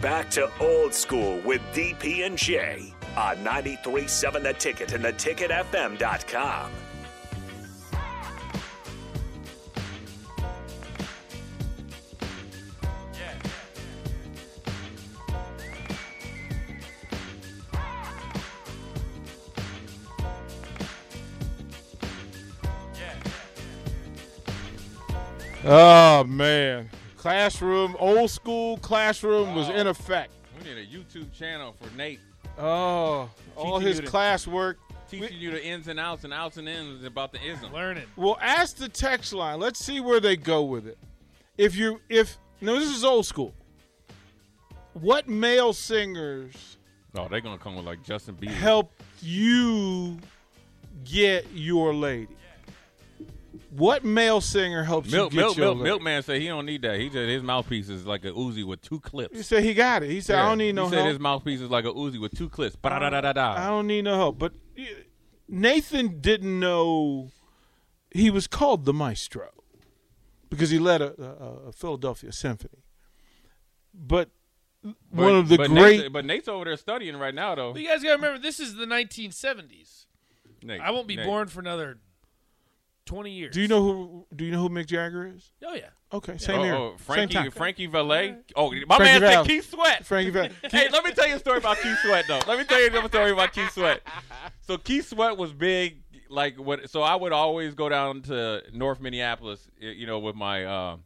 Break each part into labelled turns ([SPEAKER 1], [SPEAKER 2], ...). [SPEAKER 1] Back to old school with DP and J on 93.7 The Ticket and theticketfm.com.
[SPEAKER 2] Oh man, classroom, old school classroom was in effect.
[SPEAKER 3] We need a YouTube channel for Nate
[SPEAKER 2] Oh, all
[SPEAKER 4] Teaching
[SPEAKER 2] his
[SPEAKER 4] you to-
[SPEAKER 2] classwork.
[SPEAKER 3] teaching you the ins and outs and outs and ins about the ism.
[SPEAKER 4] Learning.
[SPEAKER 2] Well, ask the text line. Let's see where they go with it. If you, if no, this is old school. What male singers
[SPEAKER 3] Oh, they're gonna come with like Justin Bieber.
[SPEAKER 2] helped you get your lady? What male singer helps
[SPEAKER 3] Milk,
[SPEAKER 2] you get
[SPEAKER 3] milk,
[SPEAKER 2] your
[SPEAKER 3] milk,
[SPEAKER 2] lady?
[SPEAKER 3] milkman said he don't need that. He said his mouthpiece is like a Uzi with two clips.
[SPEAKER 2] He said he got it. He said I don't need no
[SPEAKER 3] He said
[SPEAKER 2] help.
[SPEAKER 3] his mouthpiece is like a Uzi with two clips. Da da da da
[SPEAKER 2] I
[SPEAKER 3] da.
[SPEAKER 2] don't need no help. But uh, Nathan didn't know he was called the maestro because he led a, a, a Philadelphia symphony. But one of the
[SPEAKER 3] but
[SPEAKER 2] great,
[SPEAKER 3] Nate's, but Nate's over there studying right now though.
[SPEAKER 4] But you guys got to remember, this is the 1970s.
[SPEAKER 3] Nate,
[SPEAKER 4] I won't be
[SPEAKER 3] Nate.
[SPEAKER 4] born for another 20 years.
[SPEAKER 2] do you know who? Do you know who Mick Jagger is?
[SPEAKER 4] Oh yeah.
[SPEAKER 2] Okay, same
[SPEAKER 3] Oh,
[SPEAKER 2] here,
[SPEAKER 3] oh,
[SPEAKER 2] same
[SPEAKER 3] Frankie,
[SPEAKER 2] time.
[SPEAKER 3] Frankie Valet. Oh, my
[SPEAKER 2] Frankie
[SPEAKER 3] man
[SPEAKER 2] Val.
[SPEAKER 3] said Keith Sweat.
[SPEAKER 2] Frankie Valli.
[SPEAKER 3] hey, let me tell you a story about Keith Sweat though. Let me tell you another story about Keith Sweat. So Keith Sweat was big, like what? So I would always go down to North Minneapolis, y- you know, with my, uh,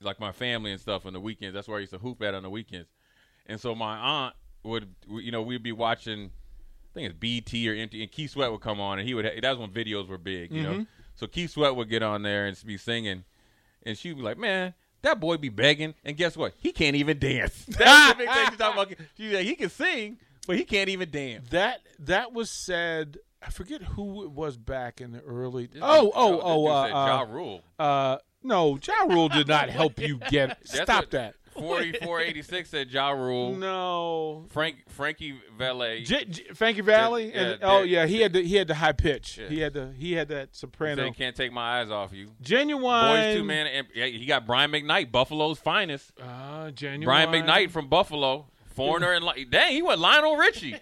[SPEAKER 3] like my family and stuff on the weekends. That's where I used to hoop at on the weekends. And so my aunt would, you know, we'd be watching. I think it's BT or MTV, and Keith Sweat would come on, and he would. That's when videos were big, you know. So Keith Sweat would get on there and be singing, and she'd be like, "Man, that boy be begging, and guess what? He can't even dance." That's the big thing she's talking about. She's like, "He can sing, but he can't even dance."
[SPEAKER 2] That that was said. I forget who it was back in the early. Oh, oh, oh,
[SPEAKER 3] This dude said ja
[SPEAKER 2] uh,
[SPEAKER 3] Rule.
[SPEAKER 2] uh, uh, no, Ja Rule did not help you get.
[SPEAKER 3] That's
[SPEAKER 2] Stop
[SPEAKER 3] what-
[SPEAKER 2] that.
[SPEAKER 3] Forty-four eighty-six said Ja Rule.
[SPEAKER 2] No,
[SPEAKER 3] Frank Frankie Valet.
[SPEAKER 2] J- J- Frankie Valley,
[SPEAKER 3] Yeah,
[SPEAKER 2] and oh
[SPEAKER 3] Dick-
[SPEAKER 2] yeah, he had the, he had the high pitch.
[SPEAKER 3] Yeah.
[SPEAKER 2] He had the he had that soprano.
[SPEAKER 3] said, "Can't take my eyes off you."
[SPEAKER 2] Genuine
[SPEAKER 3] Boys, two man. and- yeah, He got Brian McKnight, Buffalo's finest.
[SPEAKER 2] Ah, genuine.
[SPEAKER 3] Brian McKnight from Buffalo, foreigner and like, dang, he was Lionel Richie.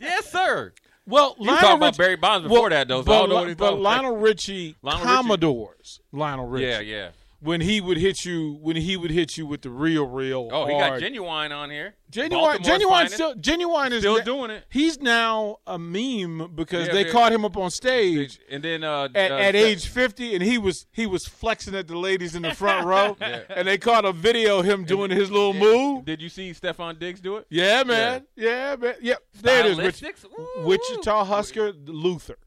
[SPEAKER 3] yes, sir.
[SPEAKER 2] Well,
[SPEAKER 3] You
[SPEAKER 2] Lionel
[SPEAKER 3] talking about
[SPEAKER 2] Rich-
[SPEAKER 3] Barry Bonds before
[SPEAKER 2] well,
[SPEAKER 3] that though? So I
[SPEAKER 2] But,
[SPEAKER 3] don't know
[SPEAKER 2] Li-
[SPEAKER 3] what he's
[SPEAKER 2] but
[SPEAKER 3] talking about.
[SPEAKER 2] Lionel Richie,
[SPEAKER 3] Lionel Richie.
[SPEAKER 2] Commodores, Lionel Richie.
[SPEAKER 3] Yeah, yeah.
[SPEAKER 2] When he would hit you, when he would hit you with the real, real.
[SPEAKER 3] Oh, he got
[SPEAKER 2] hard-
[SPEAKER 3] genuine on here.
[SPEAKER 2] genuine.
[SPEAKER 3] Baltimore's
[SPEAKER 2] Genuine
[SPEAKER 3] finest.
[SPEAKER 2] still, genuine is
[SPEAKER 3] Still
[SPEAKER 2] na-
[SPEAKER 3] doing it.
[SPEAKER 2] He's now a meme because
[SPEAKER 3] Yeah,
[SPEAKER 2] they
[SPEAKER 3] they-
[SPEAKER 2] caught him up on stage.
[SPEAKER 3] And then uh,
[SPEAKER 2] at,
[SPEAKER 3] uh,
[SPEAKER 2] at age 50 and he was he was flexing at the ladies in the front row
[SPEAKER 3] Yeah.
[SPEAKER 2] and they caught a video of him doing his little
[SPEAKER 3] did-
[SPEAKER 2] move
[SPEAKER 3] Did you see Stefan Diggs do it?
[SPEAKER 2] yeah man yeah, man yep there it is Wich-
[SPEAKER 3] Stylistics? Ooh.
[SPEAKER 2] wichita husker luther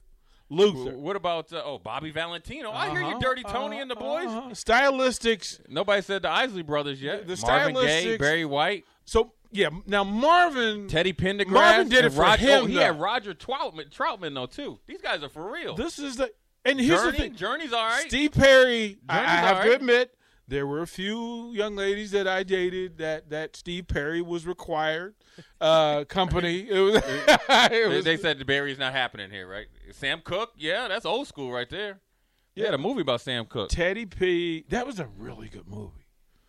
[SPEAKER 2] luther
[SPEAKER 3] What about uh, oh Bobby Valentino? I hear you, Dirty Tony and the boys.
[SPEAKER 2] Uh-huh. stylistics
[SPEAKER 3] Nobody said the Isley brothers yet.
[SPEAKER 2] The- the
[SPEAKER 3] Marvin Gaye,
[SPEAKER 2] stylistics-
[SPEAKER 3] Barry White,
[SPEAKER 2] so yeah now marvin
[SPEAKER 3] Teddy Pendergrass.
[SPEAKER 2] Marvin did it
[SPEAKER 3] and
[SPEAKER 2] for
[SPEAKER 3] Roger,
[SPEAKER 2] him,
[SPEAKER 3] Oh, he
[SPEAKER 2] though.
[SPEAKER 3] had Roger Troutman, Troutman though too. These guys are for real.
[SPEAKER 2] this is the and here's
[SPEAKER 3] Journey,
[SPEAKER 2] the thing
[SPEAKER 3] Journey's all right.
[SPEAKER 2] steve perry I, I
[SPEAKER 3] Journey's
[SPEAKER 2] have to
[SPEAKER 3] alright.
[SPEAKER 2] admit there were a few young ladies that I dated that, that Steve Perry was required uh, company. It was, it
[SPEAKER 3] They,
[SPEAKER 2] was-
[SPEAKER 3] they said the Barry's not happening here, right? Sam Cook, yeah, that's old school right there. Yeah, had a movie about Sam Cook.
[SPEAKER 2] Teddy P. That was a really good movie.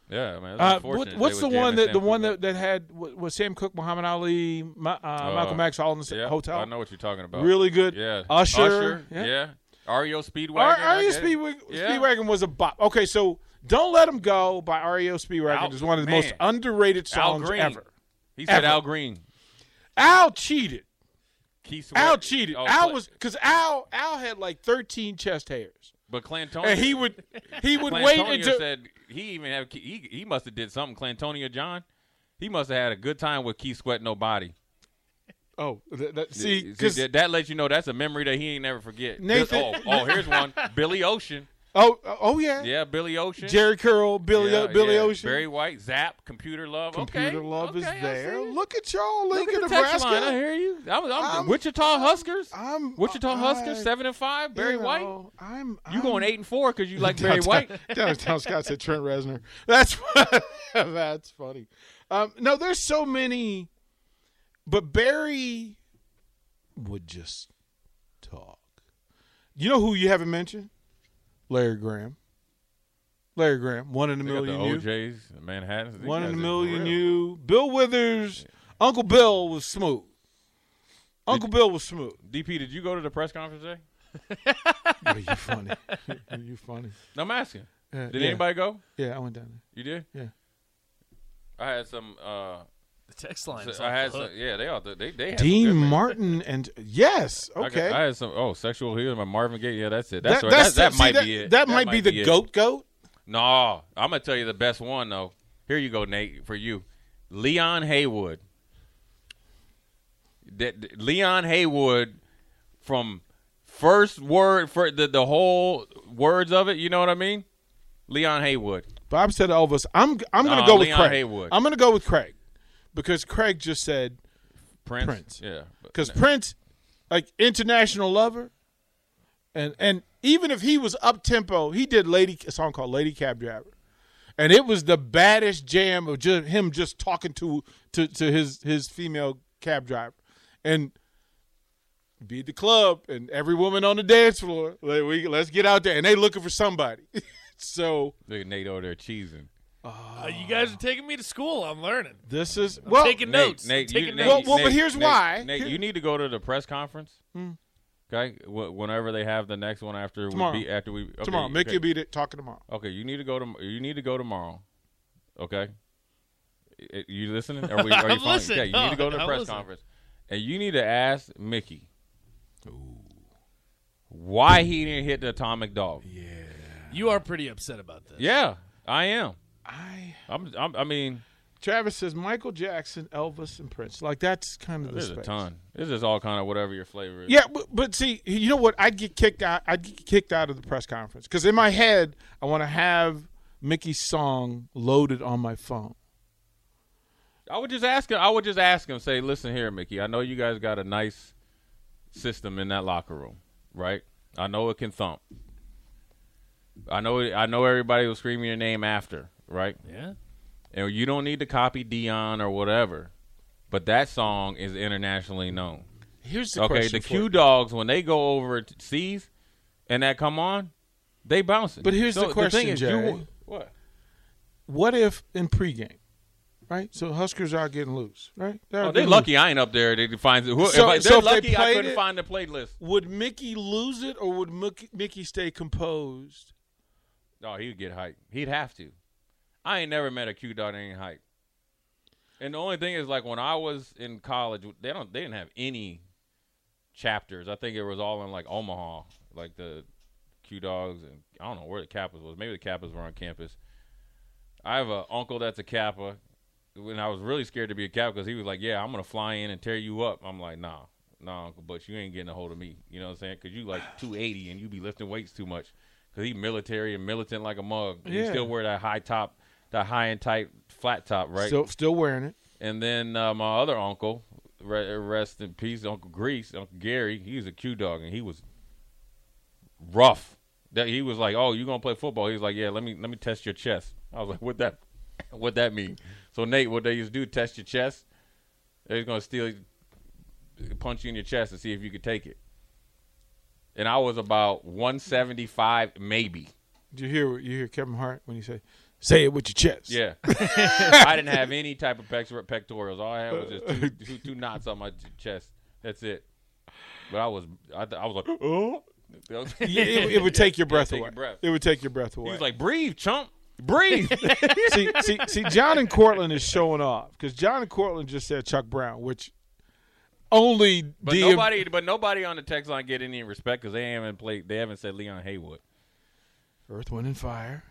[SPEAKER 3] Yeah, man.
[SPEAKER 2] Uh, what, what's the one that the one that, that had wa- was Sam Cooke, Muhammad Ali, Ma, uh, Malcolm X all in the s- hotel?
[SPEAKER 3] I know what you're talking about.
[SPEAKER 2] Really good.
[SPEAKER 3] Yeah.
[SPEAKER 2] Usher.
[SPEAKER 3] yeah.
[SPEAKER 2] yeah.
[SPEAKER 3] REO Speedwagon.
[SPEAKER 2] Ar-
[SPEAKER 3] I
[SPEAKER 2] REO
[SPEAKER 3] get it.
[SPEAKER 2] Speedwagon,
[SPEAKER 3] Yeah.
[SPEAKER 2] Speedwagon was a bop. Okay, so "Don't Let 'Em Go" by REO Speedwagon
[SPEAKER 3] Al-
[SPEAKER 2] is one of the most
[SPEAKER 3] man.
[SPEAKER 2] underrated
[SPEAKER 3] Al
[SPEAKER 2] songs
[SPEAKER 3] Green.
[SPEAKER 2] ever.
[SPEAKER 3] He said
[SPEAKER 2] Ever.
[SPEAKER 3] Al Green.
[SPEAKER 2] Al cheated.
[SPEAKER 3] Keith Sweat.
[SPEAKER 2] Al cheated.
[SPEAKER 3] Oh,
[SPEAKER 2] Al
[SPEAKER 3] Cla-
[SPEAKER 2] was because Al Al had like thirteen chest hairs,
[SPEAKER 3] But Clantonio.
[SPEAKER 2] and he would he would
[SPEAKER 3] Clantonio
[SPEAKER 2] wait until
[SPEAKER 3] said he even have Ke- he he must have did something. Clantonio John. He must have had a good time with Keith Sweat. Nobody.
[SPEAKER 2] oh th- th- see
[SPEAKER 3] See,
[SPEAKER 2] 'cause-
[SPEAKER 3] that, that lets you know that's a memory that he ain't never forget.
[SPEAKER 2] Nathan-
[SPEAKER 3] oh, oh, here's one. Billy Ocean.
[SPEAKER 2] oh oh yeah,
[SPEAKER 3] Yeah, Billy Ocean.
[SPEAKER 2] Jerry Curl Billy uh,
[SPEAKER 3] Yeah,
[SPEAKER 2] Billy
[SPEAKER 3] yeah.
[SPEAKER 2] Ocean
[SPEAKER 3] Barry White, Zap, Computer Love.
[SPEAKER 2] Computer
[SPEAKER 3] okay.
[SPEAKER 2] love is
[SPEAKER 3] okay, I
[SPEAKER 2] there.
[SPEAKER 3] see it.
[SPEAKER 2] Look at y'all,
[SPEAKER 3] Look
[SPEAKER 2] Lincoln,
[SPEAKER 3] at the text line. I
[SPEAKER 2] Nebraska.
[SPEAKER 3] hear you. I'm, I'm,
[SPEAKER 2] I'm-
[SPEAKER 3] Wichita Huskers.
[SPEAKER 2] I'm
[SPEAKER 3] Wichita
[SPEAKER 2] I-
[SPEAKER 3] Huskers, seven and five. Barry
[SPEAKER 2] you
[SPEAKER 3] White.
[SPEAKER 2] know, I'm.
[SPEAKER 3] You
[SPEAKER 2] I'm,
[SPEAKER 3] going eight and four because you like Barry White?
[SPEAKER 2] Downtown Scott said Trent Reznor. That's that's funny. Um, no, there's so many, but Barry would just talk. You know who you haven't mentioned? Larry Graham. Larry Graham, one in a
[SPEAKER 3] They got the
[SPEAKER 2] million. you.
[SPEAKER 3] OJ's, the Manhattan's. these
[SPEAKER 2] One
[SPEAKER 3] guys
[SPEAKER 2] in a
[SPEAKER 3] are
[SPEAKER 2] million,
[SPEAKER 3] real.
[SPEAKER 2] you. Bill Withers, Uncle Bill was smooth. Uncle Bill was smooth.
[SPEAKER 3] DP, did you go to the press conference today?
[SPEAKER 2] Are you funny? Are you funny?
[SPEAKER 3] No, I'm asking.
[SPEAKER 2] Yeah,
[SPEAKER 3] Did
[SPEAKER 2] Uh, yeah.
[SPEAKER 3] anybody go?
[SPEAKER 2] Yeah, I went down
[SPEAKER 3] You did?
[SPEAKER 2] Yeah.
[SPEAKER 3] I had some. Uh,
[SPEAKER 4] The text line. is
[SPEAKER 3] I
[SPEAKER 4] off
[SPEAKER 3] had
[SPEAKER 4] the
[SPEAKER 3] some.
[SPEAKER 4] hook.
[SPEAKER 3] Yeah, they all. They they.
[SPEAKER 2] there.
[SPEAKER 3] Had some
[SPEAKER 2] Dean
[SPEAKER 3] good men.
[SPEAKER 2] Martin and yes,
[SPEAKER 3] I got-
[SPEAKER 2] okay.
[SPEAKER 3] I, had some. Oh, sexual healing by Marvin Gaye. Yeah, that's it. That's
[SPEAKER 2] that,
[SPEAKER 3] that, that's, that
[SPEAKER 2] see,
[SPEAKER 3] might be it.
[SPEAKER 2] That, might, be the
[SPEAKER 3] it.
[SPEAKER 2] goat goat.
[SPEAKER 3] No, I'm gonna tell you the best one though. Here you go, Nate, for you, Leon Haywood. That that- Leon Haywood from first word for the the whole words of it. You know what I mean? Leon Haywood.
[SPEAKER 2] Bob said Elvis. I'm I'm gonna
[SPEAKER 3] Nah,
[SPEAKER 2] go with
[SPEAKER 3] Leon
[SPEAKER 2] Craig.
[SPEAKER 3] Haywood.
[SPEAKER 2] I'm gonna go with Craig because Craig just said
[SPEAKER 3] Prince.
[SPEAKER 2] Prince.
[SPEAKER 3] Yeah. but-
[SPEAKER 2] because Prince, like international lover, and and even if he was up tempo, he did lady a song called Lady Cab Driver, and it was the baddest jam of just him just talking to to to his his female cab driver, and beat the club and every woman on the dance floor. Like we let's get out there, and they looking for somebody. so
[SPEAKER 3] Look at Nate over there cheesing.
[SPEAKER 4] Uh, you guys are taking me to school. I'm learning.
[SPEAKER 2] this is well.
[SPEAKER 4] taking
[SPEAKER 3] Nate,
[SPEAKER 4] notes. I'm
[SPEAKER 3] Nate, you,
[SPEAKER 4] taking
[SPEAKER 3] Nate,
[SPEAKER 4] notes.
[SPEAKER 2] Well, well, but
[SPEAKER 3] Nate,
[SPEAKER 2] here's
[SPEAKER 3] Nate,
[SPEAKER 2] why.
[SPEAKER 3] Nate,
[SPEAKER 2] Here- Hmm.
[SPEAKER 3] you need to go to the press conference. Okay, Wh- whenever they have the next one after
[SPEAKER 2] Tomorrow.
[SPEAKER 3] we beat, after we okay,
[SPEAKER 2] Tomorrow, Mickey
[SPEAKER 3] okay.
[SPEAKER 2] will beat it. Talking tomorrow.
[SPEAKER 3] Okay, you need to go to you need to go tomorrow. Okay, I- you listening? Are we? Are you
[SPEAKER 4] I'm
[SPEAKER 3] following?
[SPEAKER 4] listening.
[SPEAKER 3] Okay, you
[SPEAKER 4] No,
[SPEAKER 3] need to go to the
[SPEAKER 4] I'm
[SPEAKER 3] press
[SPEAKER 4] listening.
[SPEAKER 3] conference, and you need to ask Mickey why he didn't hit the atomic dog. Yeah,
[SPEAKER 4] you are pretty upset about this.
[SPEAKER 3] I am.
[SPEAKER 2] I
[SPEAKER 3] I'm. I'm I mean,
[SPEAKER 2] Travis says Michael Jackson, Elvis, and Prince. Like that's kind of the
[SPEAKER 3] there's a
[SPEAKER 2] space.
[SPEAKER 3] ton. This is all kind of whatever your flavor is.
[SPEAKER 2] Yeah, but, but see, you know what? I'd get kicked out. I'd get kicked out of the press conference because in my head, I want to have Mickey's song loaded on my phone.
[SPEAKER 3] I would just ask him. I would just ask him. Say, listen here, Mickey. I know you guys got a nice system in that locker room, right? I know it can thump. I know. I know everybody will scream your name after, right?
[SPEAKER 4] Yeah.
[SPEAKER 3] And you don't need to copy Dion or whatever, but that song is internationally known.
[SPEAKER 2] Here's the
[SPEAKER 3] okay,
[SPEAKER 2] question.
[SPEAKER 3] the
[SPEAKER 2] for
[SPEAKER 3] Q
[SPEAKER 2] you.
[SPEAKER 3] Dogs when they go over to seas and that come on, they bouncing.
[SPEAKER 2] But here's
[SPEAKER 3] So
[SPEAKER 2] the question,
[SPEAKER 3] thing is,
[SPEAKER 2] Jerry.
[SPEAKER 3] You, what?
[SPEAKER 2] What if in pregame, right? So Huskers are getting loose, right? They're
[SPEAKER 3] Oh, they
[SPEAKER 2] getting
[SPEAKER 3] lucky I ain't up there. They find who,
[SPEAKER 2] So-
[SPEAKER 3] if I,
[SPEAKER 2] so
[SPEAKER 3] they're
[SPEAKER 2] if they
[SPEAKER 3] lucky I
[SPEAKER 2] played
[SPEAKER 3] couldn't
[SPEAKER 2] it-
[SPEAKER 3] find the playlist.
[SPEAKER 2] loose. Would Mickey lose it or would Mickey, Mickey stay composed?
[SPEAKER 3] Oh, he'd get hyped. He'd have to. I ain't never met a Q dog that ain't hype. And the only thing is, like when I was in college, they don't they didn't have any chapters. I think it was all in like Omaha, like the Q dogs, and I don't know where the Kappas was. Maybe the Kappas were on campus. I have a uncle that's a Kappa, and I was really scared to be a Kappa because he was like, "Yeah, I'm gonna fly in and tear you up." I'm like, "Nah, nah, Uncle Butch, you ain't getting a hold of me." You know what I'm saying? Because you like 280 and you be lifting weights too much. Because he military and militant like a mug. He
[SPEAKER 2] Yeah.
[SPEAKER 3] still wear that high top, that high and tight flat top, right?
[SPEAKER 2] Still, still wearing it.
[SPEAKER 3] And then uh, my other uncle, re- rest in peace, Uncle Grease, Uncle Gary. He was a Q dog, and he was rough. That he was like, "Oh, you gonna play football?" He was like, "Yeah, let me let me test your chest." I was like, "What that? What that mean?" So Nate, what they used to do, test your chest. They're gonna steal, punch you in your chest and see if you could take it. And I was about 175, maybe.
[SPEAKER 2] Did you hear? You hear Kevin Hart when he say, "Say it with your chest."
[SPEAKER 3] Yeah, I didn't have any type of pector- pectorals. All I had was just two, two, two knots on my ch- chest. That's it. But I was, I, th- I was like, oh.
[SPEAKER 2] it, it- it would take your breath
[SPEAKER 3] take
[SPEAKER 2] away.
[SPEAKER 3] your breath.
[SPEAKER 2] It would take your breath away.
[SPEAKER 3] He was like, breathe, chump, breathe.
[SPEAKER 2] see, see, see, John and Cortland is showing off because John and Cortland just said Chuck Brown, which only
[SPEAKER 3] but
[SPEAKER 2] DM
[SPEAKER 3] nobody, but nobody on the text line get any respect because they haven't played. They haven't said Leon Haywood.
[SPEAKER 2] Earth, Wind, and Fire.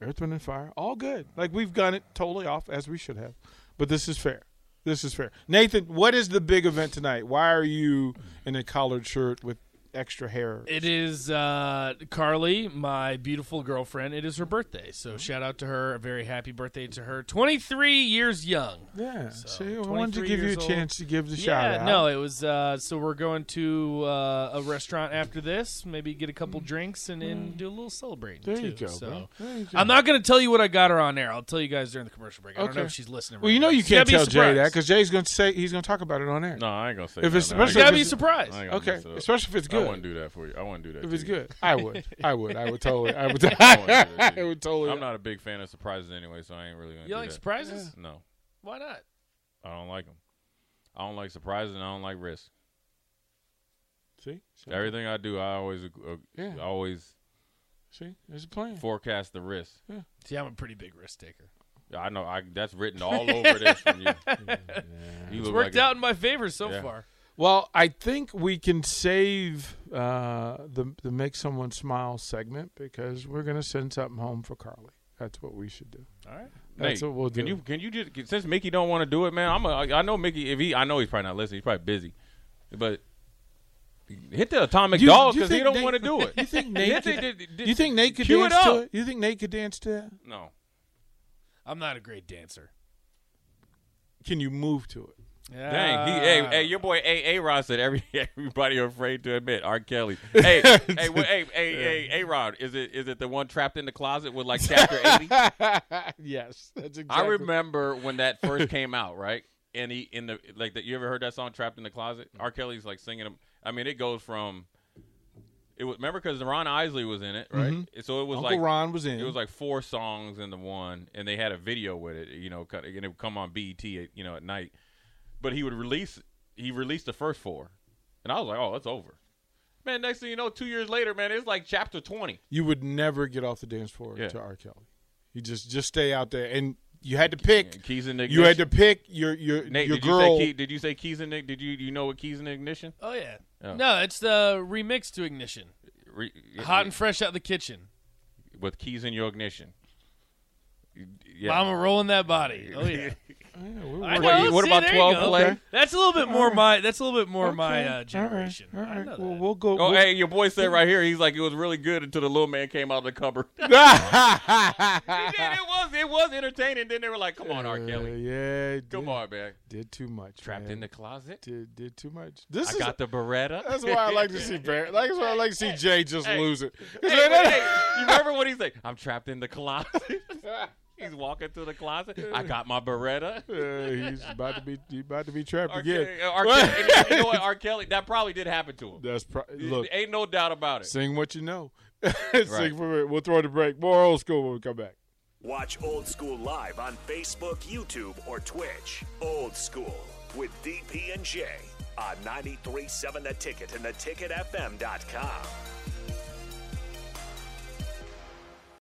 [SPEAKER 2] Earth, Wind, and Fire. All good. Like we've gone it totally off as we should have, but this is fair. This is fair. Nathan, what is the big event tonight? Why are you in a collared shirt with extra hair?
[SPEAKER 4] It is uh, Carly, my beautiful girlfriend. It is her birthday, so
[SPEAKER 2] Mm-hmm.
[SPEAKER 4] shout out to her. A very happy birthday to her. Twenty three years young.
[SPEAKER 2] yeah.
[SPEAKER 4] So,
[SPEAKER 2] see, I wanted to
[SPEAKER 4] 23
[SPEAKER 2] give you a
[SPEAKER 4] years old.
[SPEAKER 2] chance to give the
[SPEAKER 4] yeah,
[SPEAKER 2] shout out.
[SPEAKER 4] no, it was. Uh, so we're going to uh, a restaurant after this. Maybe get a couple drinks and then do a little celebrating.
[SPEAKER 2] Mm. There you
[SPEAKER 4] too.
[SPEAKER 2] go,
[SPEAKER 4] So.
[SPEAKER 2] bro. There you go.
[SPEAKER 4] I'm not going to tell you what I got her on there. I'll tell you guys during the commercial break. I don't
[SPEAKER 2] Okay.
[SPEAKER 4] know if she's listening.
[SPEAKER 2] Well,
[SPEAKER 4] right
[SPEAKER 2] you know
[SPEAKER 4] now.
[SPEAKER 2] you
[SPEAKER 4] It's gotta
[SPEAKER 2] can't
[SPEAKER 4] be a
[SPEAKER 2] tell Jay that
[SPEAKER 4] surprise.
[SPEAKER 2] because Jay's going to say he's going to talk about it on air.
[SPEAKER 3] No, I ain't gonna say.
[SPEAKER 2] If
[SPEAKER 3] that.
[SPEAKER 2] it's
[SPEAKER 3] No, I
[SPEAKER 2] special-
[SPEAKER 3] ain't
[SPEAKER 4] It's got to
[SPEAKER 3] gonna-
[SPEAKER 4] be a surprise.
[SPEAKER 3] I ain't gonna
[SPEAKER 2] Okay,
[SPEAKER 3] mess it up.
[SPEAKER 2] especially if it's
[SPEAKER 3] I
[SPEAKER 2] good.
[SPEAKER 3] wouldn't do that for you. I wouldn't do that.
[SPEAKER 2] If
[SPEAKER 3] to
[SPEAKER 2] it's
[SPEAKER 3] you.
[SPEAKER 2] good, I would. I would. I would totally. I would.
[SPEAKER 3] I wouldn't do that
[SPEAKER 2] I
[SPEAKER 3] to you.
[SPEAKER 2] would totally.
[SPEAKER 3] I'm not a big fan of surprises anyway, so I ain't really gonna.
[SPEAKER 4] You
[SPEAKER 3] do
[SPEAKER 4] don't like
[SPEAKER 3] that.
[SPEAKER 4] surprises?
[SPEAKER 3] No,
[SPEAKER 4] Why not?
[SPEAKER 3] I don't like them. I don't like surprises, and I don't like risk.
[SPEAKER 2] See. See?
[SPEAKER 3] Everything I do, I always uh,
[SPEAKER 2] Yeah.
[SPEAKER 3] always
[SPEAKER 2] See. There's a plan.
[SPEAKER 3] forecast the risk.
[SPEAKER 4] See, I'm a pretty big risk taker.
[SPEAKER 3] I know. I that's written all over this from you. You
[SPEAKER 4] It's
[SPEAKER 3] look like
[SPEAKER 4] worked
[SPEAKER 3] a-
[SPEAKER 4] out in my favor so
[SPEAKER 3] Yeah.
[SPEAKER 4] far.
[SPEAKER 2] Well, I think we can save uh, the the make someone smile segment because we're gonna send something home for Carly. That's what we should do.
[SPEAKER 4] All right.
[SPEAKER 2] That's
[SPEAKER 3] Nate,
[SPEAKER 2] what we'll
[SPEAKER 3] Can
[SPEAKER 2] do.
[SPEAKER 3] you can you just since Mickey don't want to do it, man? I'm a, I know Mickey. If he, I know he's probably not listening. He's probably busy, but hit the atomic
[SPEAKER 2] Do you-
[SPEAKER 3] dog
[SPEAKER 2] do you
[SPEAKER 3] because he
[SPEAKER 2] think
[SPEAKER 3] don't
[SPEAKER 2] Nate-
[SPEAKER 3] want to do it.
[SPEAKER 2] You think Nate?
[SPEAKER 3] Hit the-
[SPEAKER 2] could,
[SPEAKER 3] the- the-
[SPEAKER 2] you think Nate could
[SPEAKER 3] cue
[SPEAKER 2] dance
[SPEAKER 3] it
[SPEAKER 2] to
[SPEAKER 3] up.
[SPEAKER 2] it? You think Nate could dance to that?
[SPEAKER 3] No,
[SPEAKER 4] I'm not a great dancer.
[SPEAKER 2] Can you move to it?
[SPEAKER 3] dang. He, hey,
[SPEAKER 4] Ah.
[SPEAKER 2] Ah.
[SPEAKER 3] hey, your boy A A Rod said every everybody afraid to admit R Kelly. Hey, hey, wait, hey, hey, hey, A Rod, is it is it the one trapped in the closet with like chapter eighty?
[SPEAKER 2] yes, that's exactly.
[SPEAKER 3] I remember when that first came out, right? And he in the like that. You ever heard that song "Trapped in the Closet"? R. Kelly's like singing them. I mean, it goes from it was remember because Ron Isley was in it, right? So it
[SPEAKER 2] Mm-hmm.
[SPEAKER 3] was
[SPEAKER 2] Uncle
[SPEAKER 3] like
[SPEAKER 2] Ron was in.
[SPEAKER 3] it was like four songs in the one, and they had a video with it. You know, cut- and it would come on BET, at, you know, at night. But he would release he released the first four, and I was like, oh, it's over. Man, next thing you know, two years later, man, it's like chapter twenty.
[SPEAKER 2] you would never get off the dance floor
[SPEAKER 3] Yeah.
[SPEAKER 2] to R. Kelly. You just just stay out there, and you had to pick.
[SPEAKER 3] Keys in the ignition.
[SPEAKER 2] You had to pick your your
[SPEAKER 3] Nate,
[SPEAKER 2] your
[SPEAKER 3] did
[SPEAKER 2] girl.
[SPEAKER 3] You say key, did you say keys in the? Did you you know what keys in the ignition?
[SPEAKER 4] Oh yeah.
[SPEAKER 3] Oh.
[SPEAKER 4] No, it's the remix to Ignition.
[SPEAKER 3] Re-
[SPEAKER 4] Hot and fresh out the kitchen.
[SPEAKER 3] with keys in your ignition. Yeah.
[SPEAKER 4] Mama rolling that body. Oh yeah.
[SPEAKER 2] Yeah, we're
[SPEAKER 4] I
[SPEAKER 2] working-
[SPEAKER 3] about-
[SPEAKER 4] know,
[SPEAKER 3] what
[SPEAKER 4] see,
[SPEAKER 3] about
[SPEAKER 4] there you
[SPEAKER 3] 12
[SPEAKER 4] go.
[SPEAKER 3] play?
[SPEAKER 4] That's a little bit more my. That's a little bit more my
[SPEAKER 2] Okay.
[SPEAKER 4] uh, generation.
[SPEAKER 2] All right.
[SPEAKER 4] I know
[SPEAKER 2] Well,
[SPEAKER 4] that.
[SPEAKER 2] we'll go.
[SPEAKER 3] Oh,
[SPEAKER 2] we'll-
[SPEAKER 3] hey, your boy said right here. He's like, it was really good until the little man came out of the cupboard. it was, it was entertaining. Then they were like, "Come on, R.
[SPEAKER 2] Uh,
[SPEAKER 3] Kelly,
[SPEAKER 2] yeah, it
[SPEAKER 3] come
[SPEAKER 2] did,
[SPEAKER 3] on, man."
[SPEAKER 2] Did too much.
[SPEAKER 3] Trapped
[SPEAKER 2] man.
[SPEAKER 3] in the closet.
[SPEAKER 2] Did did too much. This
[SPEAKER 3] I
[SPEAKER 2] is.
[SPEAKER 3] got the Beretta.
[SPEAKER 2] that's why I like to see Barry. That's why I like to see Jay just
[SPEAKER 3] Hey.
[SPEAKER 2] lose it. 'Cause
[SPEAKER 3] hey,
[SPEAKER 2] that-
[SPEAKER 3] wait, hey, you remember what he's like? I'm trapped in the closet. he's walking through the closet. I got my Beretta.
[SPEAKER 2] Uh, he's about to be he's about to be trapped
[SPEAKER 3] R.
[SPEAKER 2] again.
[SPEAKER 3] Kelly, uh, R. Kelly, and you- you know what, R. Kelly? That probably did happen to him.
[SPEAKER 2] That's pro- look.
[SPEAKER 3] Ain't no doubt about it.
[SPEAKER 2] Sing what you know. Sing for it. We'll throw the break. More old school when we come back.
[SPEAKER 1] Watch Old School live on Facebook, YouTube, or Twitch. Old School with DP and J on 937 The Ticket and theticketfm.com.